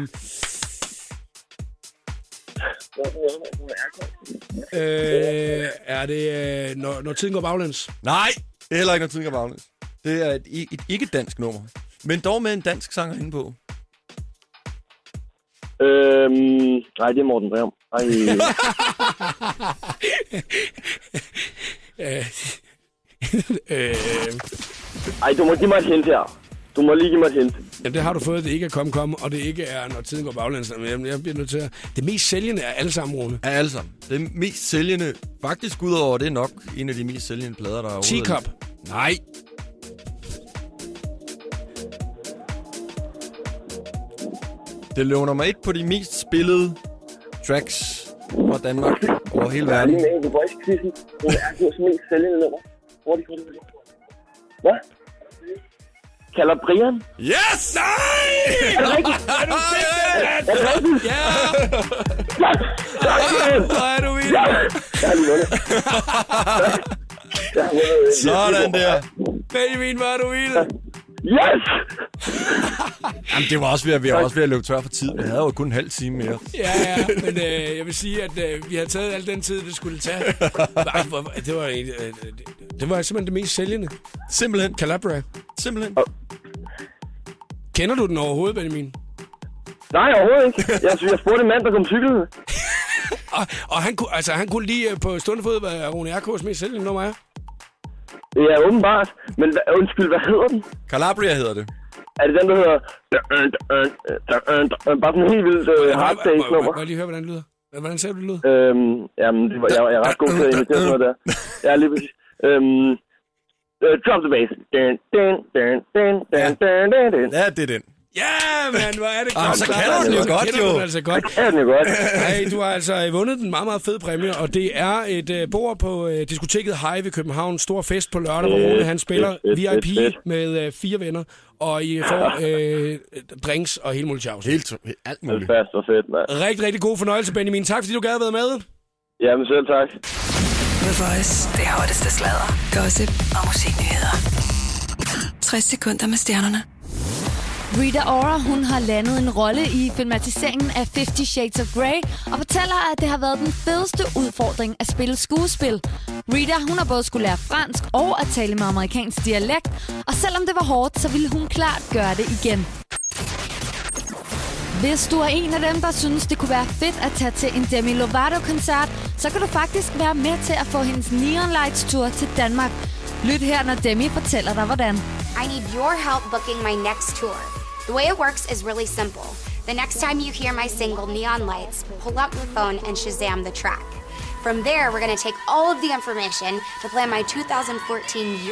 S1: øh, er det... Øh, når, når tiden går baglæns?
S4: Nej, det er heller ikke noget tidligere baglæns. Det er et, i- et ikke-dansk nummer. Men dog med en dansk sanger inde på.
S7: Øhm, nej, det er Morten Breum. Ej,
S1: Øh, øh,
S7: ej, du må give mig et hint her. Du må lige give mig et hint.
S1: jamen, det har du fået. Det ikke er kom, kom, og det ikke er, når tiden går baglæns. Men jeg, jeg bliver nødt til at... Det mest sælgende er alle sammen, Rune.
S4: Ja, alle sammen. Det mest sælgende, faktisk udover det er nok en af de mest sælgende plader, der er overhovedet-
S1: Teacup.
S4: Nej. Det lå nummer et på de mest spillede tracks fra Danmark over hele
S7: Jeg er
S4: verden.
S7: lige med i The Voice-quizzen. Det er Arthurs mest sælgende nummer. Hvor er de fundet det? Hvad? Kalder Brian?
S4: Yes! Nej!
S7: Er det rigtigt?
S1: Er
S4: (laughs)
S1: du
S7: Er det rigtigt?
S1: Ja,
S7: Ja! Tak, Brian!
S1: hvor er du vild.
S7: Ja! Jeg har lige vundet. Jeg har vundet.
S4: Sådan der.
S1: Benjamin, hvor er du vild.
S7: Yes!
S4: Jamen, det var også ved at, vi var også ved at løbe tør for tid. Vi havde jo kun en halv time mere.
S1: Ja, ja, men øh, jeg vil sige, at øh, vi har taget al den tid, det skulle tage. Ej, hvor- hvor- det, var, en- øh, det- det var simpelthen det mest sælgende.
S4: Simpelthen.
S1: Calabria.
S4: Simpelthen.
S1: Kender du den overhovedet, Benjamin?
S7: Nej, overhovedet ikke. Jeg, synes, jeg spurgte en mand, der kom cyklen.
S1: Og, og han, kunne, altså, han kunne lige øh, på stående fod, hvad Rune R.K.'s mest sælgende nummer er.
S7: Ja, åbenbart. Men hva- undskyld, hvad hedder den?
S4: Calabria hedder det.
S7: Er det den, der hedder... Øh, Bare sådan en helt vildt øh, hard
S1: Må
S7: days nummer.
S1: jeg lige høre, hvordan det lyder? Hvordan ser du, det lyder?
S7: Øhm, jamen, det var, jeg, jeg er ret god til at imitere sådan noget der. Ja, lige præcis. Øhm, øh, Drop the bass. Dun, dun, dun, dun, dun, dun, dun, dun.
S4: Ja, det er den.
S1: Ja, mand, hvor er det
S4: Ah,
S1: godt.
S4: så
S1: Sådan
S4: kender
S1: er
S4: du den jo
S1: Så
S4: godt,
S1: kender du
S4: jo.
S1: den altså godt.
S7: Ja, den er godt.
S1: Hey, du har altså øh, vundet den meget, meget fede præmie, og det er et øh, bord på øh, diskoteket High ved København. Stor fest på lørdag, hvor Rune han spiller
S7: fedt, fedt,
S1: VIP
S7: fedt.
S1: med øh, fire venner, og I får øh, drinks og hele muligt sjovt.
S4: Helt, alt
S7: Det er
S4: muligt.
S7: fast og fedt, mand.
S1: Rigtig, rigtig god fornøjelse, Benjamin. Tak, fordi du gad at være med.
S7: Jamen, selv tak.
S3: The Voice. Det hotteste sladder, gossip og musiknyheder. 60 sekunder med stjernerne.
S5: Rita Ora, hun har landet en rolle i filmatiseringen af 50 Shades of Grey, og fortæller, at det har været den fedeste udfordring at spille skuespil. Rita, hun har både skulle lære fransk og at tale med amerikansk dialekt, og selvom det var hårdt, så ville hun klart gøre det igen. Hvis du er en af dem, der synes, det kunne være fedt at tage til en Demi Lovato-koncert, så kan du faktisk være med til at få hendes Neon Lights-tur til Danmark. Lyt her, når Demi fortæller dig, hvordan.
S8: I need your help booking my next tour. The way it works is really simple. The next time you hear my single Neon Lights, pull up your phone and Shazam the track. From there, we're going to take all of the information to plan my 2014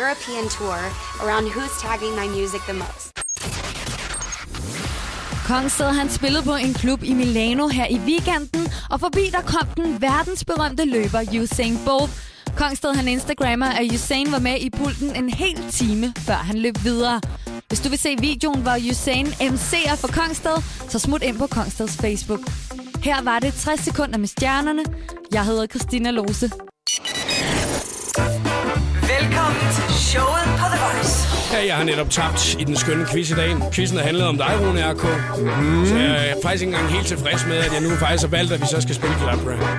S8: European tour around who's tagging my music the most.
S5: Kongsted han spillede på en klub i Milano her i weekenden, og forbi der kom den verdensberømte løber Usain Bolt. Kongsted han instagrammer, at Usain var med i pulten en hel time, før han løb videre. Hvis du vil se videoen, hvor Usain MC'er for Kongsted, så smut ind på Kongsteds Facebook. Her var det 60 sekunder med stjernerne. Jeg hedder Christina Lose.
S3: Velkommen til showet på The Voice.
S1: Ja, jeg har netop tabt i den skønne quiz i dag. Quizzen har handlet om dig, Rune R.K. Mm. Så jeg er faktisk ikke engang helt tilfreds med, at jeg nu faktisk har valgt, at vi så skal spille Calabria.
S4: Sådan.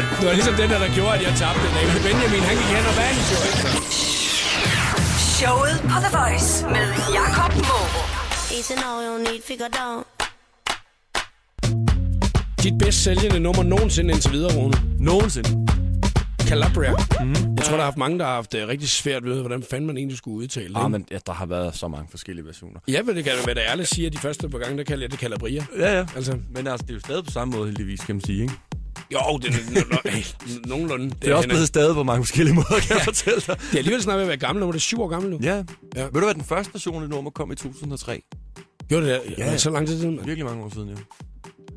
S1: (laughs) Det var ligesom den der, der gjorde, at jeg tabte i dag. Men Benjamin, han gik hen og vandt, jo ikke?
S3: Showet på The Voice med Jakob Morup.
S9: Easy now, you don't need figure down.
S1: Dit bedst sælgende nummer nogensinde indtil videre, Rune.
S4: Nogensinde.
S1: Calabria.
S4: Mm.
S1: Mm-hmm. Jeg tror, der har haft mange, der har haft øh, rigtig svært ved, hvordan fanden man egentlig skulle udtale det.
S4: Ah,
S1: ikke?
S4: men ja, der har været så mange forskellige versioner.
S1: Ja, men det kan jeg da være da ærligt sige, at de første par gange, der kalder jeg det Calabria.
S4: Ja, ja.
S1: Altså,
S4: Men altså, det er jo stadig på samme måde, heldigvis, kan man sige, ikke?
S1: jo, det er no- no- hey, nogenlunde.
S4: Det er også
S1: hen ad-
S4: blevet stadig på mange forskellige måder, kan jeg fortælle dig.
S1: Det er alligevel snart ved at være gammel nummer. Det er syv år gammel nu.
S4: Ja.
S1: Ja.
S4: ja. Ved du hvad, den første version af nummer kom i 2003?
S1: Gjorde det der? Ja. Så lang tid siden, mand.
S4: Virkelig mange år siden, ja.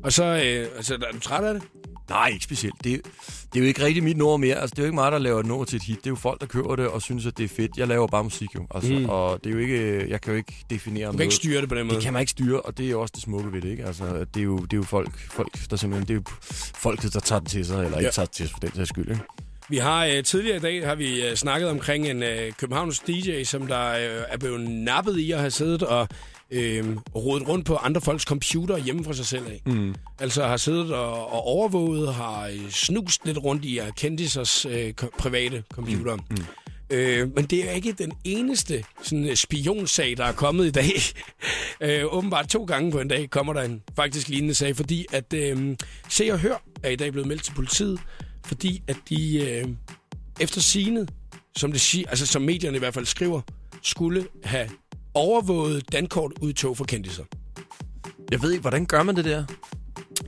S1: Og så, øh, altså, er du træt af det?
S4: Nej, ikke specielt. Det, er- det er jo ikke rigtig mit nummer mere. Altså, det er jo ikke mig, der laver et nummer til et hit. Det er jo folk, der køber det og synes, at det er fedt. Jeg laver bare musik jo. Altså, mm. Og det er jo ikke... Jeg kan jo ikke definere
S1: Du kan ikke styre det på den måde.
S4: Det kan man ikke styre, og det er jo også det smukke ved det, ikke? Altså, at det er jo, det er jo folk, folk, der simpelthen... Det er jo folk, der tager det til sig, eller ikke
S1: Ja.
S4: tager det til sig for den sags skyld, ikke?
S1: Vi har øh, tidligere i dag har vi øh, snakket omkring en øh, Københavns DJ, som der øh, er blevet nappet i at have siddet og øh, rodet rundt på andre folks computer hjemme fra sig selv af. Mm. Altså har siddet og, og overvåget, har øh, snust lidt rundt i at kendisers øh, ko- private computer. Mm. Mm. Øh, men det er ikke den eneste sådan, øh, spionsag, der er kommet i dag. (laughs) øh, åbenbart to gange på en dag kommer der en faktisk lignende sag, fordi at øh, Se og Hør er i dag blevet meldt til politiet, fordi at de øh, efter sigende, som, det sig, altså, som medierne i hvert fald skriver, skulle have overvåget dankort udtog for kendtiser.
S4: Jeg ved ikke, hvordan gør man det der?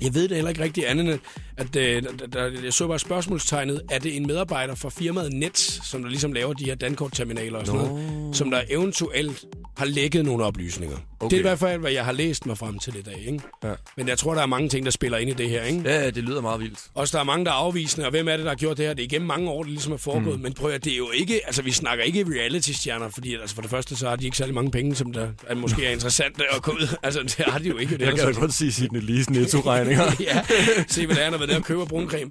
S1: Jeg ved det heller ikke rigtig andet, end at øh, der, der, jeg så bare spørgsmålstegnet, er det en medarbejder fra firmaet Nets, som der ligesom laver de her dankortterminaler og sådan no. noget, som der eventuelt har lækket nogle oplysninger. Okay. Det er i hvert fald, hvad jeg har læst mig frem til i dag. Ikke?
S4: Ja.
S1: Men jeg tror, der er mange ting, der spiller ind i det her. Ikke? Ja.
S4: Ja, det lyder meget vildt.
S1: Også der er mange, der er afvisende, og hvem er det, der har gjort det her? Det er igennem mange år, det ligesom er foregået. Mm. Men prøv at høre, det er jo ikke, altså vi snakker ikke reality-stjerner, fordi altså, for det første, så har de ikke særlig mange penge, som der er, måske er interessante at gå ud. Altså det har de jo ikke. Det er
S4: Jeg
S1: sådan-
S4: kan da godt sige sine lige netto-regninger.
S1: (laughs) ja, se hvad der er, når man er og køber bruncreme.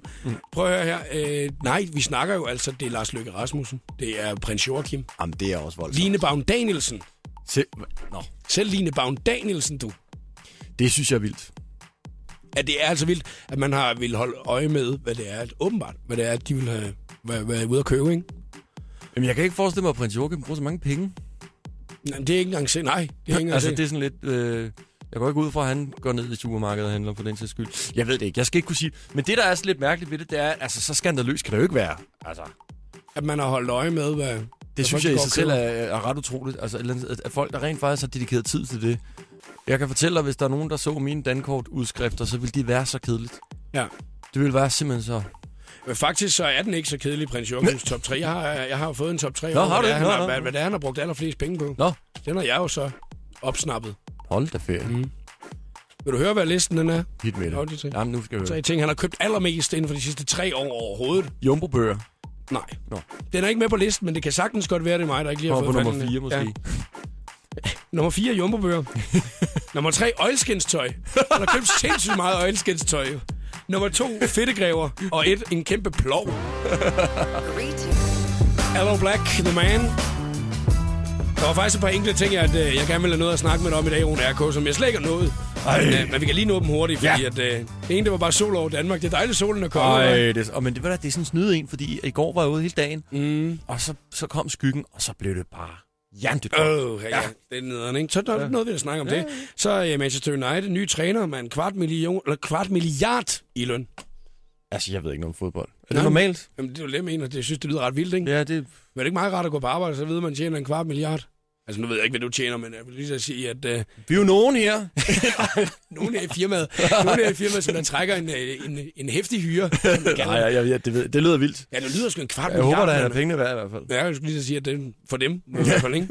S1: Prøv at høre her. Øh, nej, vi snakker jo altså, det er Lars Løkke Rasmussen, det er prins Joachim,
S4: (laughs) Jamen, det er også voldsomt.
S1: Line Baum Danielsen.
S4: Se, nå,
S1: Selv Line Baum Danielsen, du.
S4: det synes jeg er vildt.
S1: At det er altså vildt, at man har vil holde øje med, hvad det er, at, åbenbart, hvad det er, at de vil have være, være ude at købe, ikke?
S4: Jamen, jeg kan ikke forestille mig, at prins Joachim bruger så mange penge.
S1: Nej, det er ikke engang se. Nej, det er ikke engang
S4: altså,
S1: se.
S4: det er sådan lidt... Øh, jeg går ikke ud fra, at han går ned i supermarkedet og handler på den sags skyld. Jeg ved det ikke. Jeg skal ikke kunne sige... Men det, der er så lidt mærkeligt ved det, det er, at altså, så skandaløst kan det jo ikke være. Altså,
S1: At man har holdt øje med, hvad...
S4: det
S1: folk
S4: synes jeg i
S1: går
S4: sig
S1: og
S4: selv er,
S1: køber.
S4: er ret utroligt. Altså, et eller andet- at- at folk, der rent faktisk har dedikeret tid til det. Jeg kan fortælle dig, hvis der er nogen, der så mine dankortudskrifter, så ville de være så kedeligt.
S1: Ja.
S4: Det ville være simpelthen så...
S1: Men faktisk så er den ikke så kedelig, prins Joachims top 3. Jeg har, jeg har jo fået en top 3
S4: Nå,
S1: over,
S4: har du
S1: hvad, det er, han
S4: det? Nå,
S1: har,
S4: nå,
S1: hvad,
S4: nå.
S1: hvad det er, han har brugt allerflest penge på.
S4: Nå,
S1: Den har jeg jo så opsnappet.
S4: hold da ferie. Mm.
S1: Vil du høre, hvad listen den er?
S4: Hit med
S1: Hold det til.
S4: det. Jamen, nu skal jeg
S1: Tre
S4: høre.
S1: ting, han har købt allermest inden for de sidste tre år overhovedet.
S4: Jumbo-bøger.
S1: Nej.
S4: Nå.
S1: Den er ikke med på listen, men det kan sagtens godt være, det er mig, der ikke lige har
S4: Kommer på
S1: fået
S4: nummer
S1: fat i den.
S4: 4 måske.
S1: Ja. Nummer 4, jumbobøger.
S4: (laughs)
S1: nummer 3, øjelskinstøj. Han har købt sindssygt meget øjelskinstøj. jo. Nummer 2, fedtegræver. Og et, en kæmpe plov. Hello Black, The Man. Der var faktisk et par enkelte ting, at øh, jeg gerne ville have noget at snakke med dig om i dag, Rune RK, som jeg slet ikke har nået. Men, øh, men vi kan lige nå dem hurtigt, fordi ja. at, øh, det ene, det var bare sol over Danmark. Det er dejligt, solen er kommet.
S4: Ej,
S1: hva'?
S4: det, er- og men det, var da, det er sådan snyde en, fordi i går var jeg ude hele dagen, mm. og så, så kom skyggen, og så blev det bare jerndyt. Øh.
S1: Åh, oh, ja, ja, det er nederen, ikke? Så der er ja. noget, vi vil snakke om ja. det. Så er øh, Manchester United, nye træner med en kvart, million, eller kvart milliard i løn.
S4: Altså, jeg ved ikke noget om fodbold. Er det
S1: Nej.
S4: normalt?
S1: Jamen, det er jo det, jeg mener. Det jeg synes, det lyder ret vildt, ikke? Ja.
S4: Ja, det...
S1: Men er det ikke meget rart at gå på arbejde, så ved man, at man tjener en kvart milliard? Altså, nu ved jeg ikke, hvad du tjener, men jeg vil lige så sige, at øh,
S4: Vi er jo nogen her.
S1: nogle af firmaet, nogle af firmaet, som der trækker en, øh, en, en hæftig hyre. som man kalder
S4: Nej,
S1: det.
S4: (laughs) ja, jeg, jeg, det, ved, det lyder vildt.
S1: Ja, det lyder sgu en kvart
S4: Jeg
S1: milliard.
S4: håber, der er
S1: mand.
S4: pengene værd i hvert fald.
S1: Ja, jeg skulle lige så sige, at det er for
S4: (laughs)
S1: dem, i hvert fald, ikke?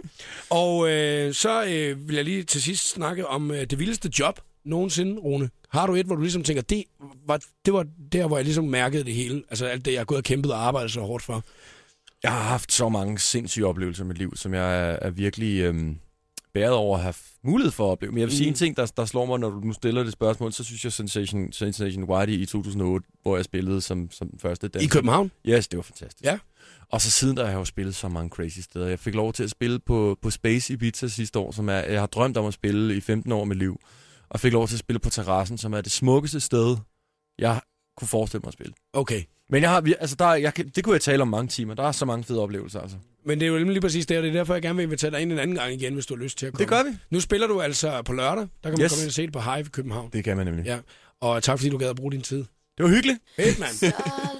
S1: Og øh, så øh, vil jeg lige til sidst snakke om øh, det vildeste job nogensinde, Rune. Har du et, hvor du ligesom tænker, det var, det var der, hvor jeg ligesom mærkede det hele? Altså alt det, jeg har gået og kæmpet og arbejdet så hårdt for.
S4: Jeg har haft så mange sindssyge oplevelser i mit liv, som jeg er, er virkelig øhm, bæret over at have f- mulighed for at opleve. Men jeg vil sige en ting, der, der slår mig, når du nu stiller det spørgsmål, så synes jeg Sensation, Sensation Whitey i 2008, hvor jeg spillede som, som den første
S1: I
S4: danser.
S1: København?
S4: Yes, det var fantastisk.
S1: Ja.
S4: Og så siden der har jeg jo spillet så mange crazy steder. Jeg fik lov til at spille på, på Space Ibiza sidste år, som er, jeg har drømt om at spille i 15 år af mit liv. Og fik lov til at spille på terrassen, som er det smukkeste sted, jeg kunne forestille mig at spille.
S1: Okay.
S4: Men jeg har, vi- altså der, er- jeg, kan- det kunne jeg tale om mange timer. Der er så mange fede oplevelser, altså.
S1: Men det er jo nemlig lige præcis det, og det er derfor, jeg gerne vil invitere dig ind en anden gang igen, hvis du har lyst til at komme.
S4: Det gør vi.
S1: Nu spiller du altså på lørdag. Der kan man
S4: Yes.
S1: komme ind og se det på Hive i København.
S4: Det kan man nemlig.
S1: Ja. Og tak, fordi du gad at bruge din tid.
S4: Det var hyggeligt.
S1: Fedt, mand.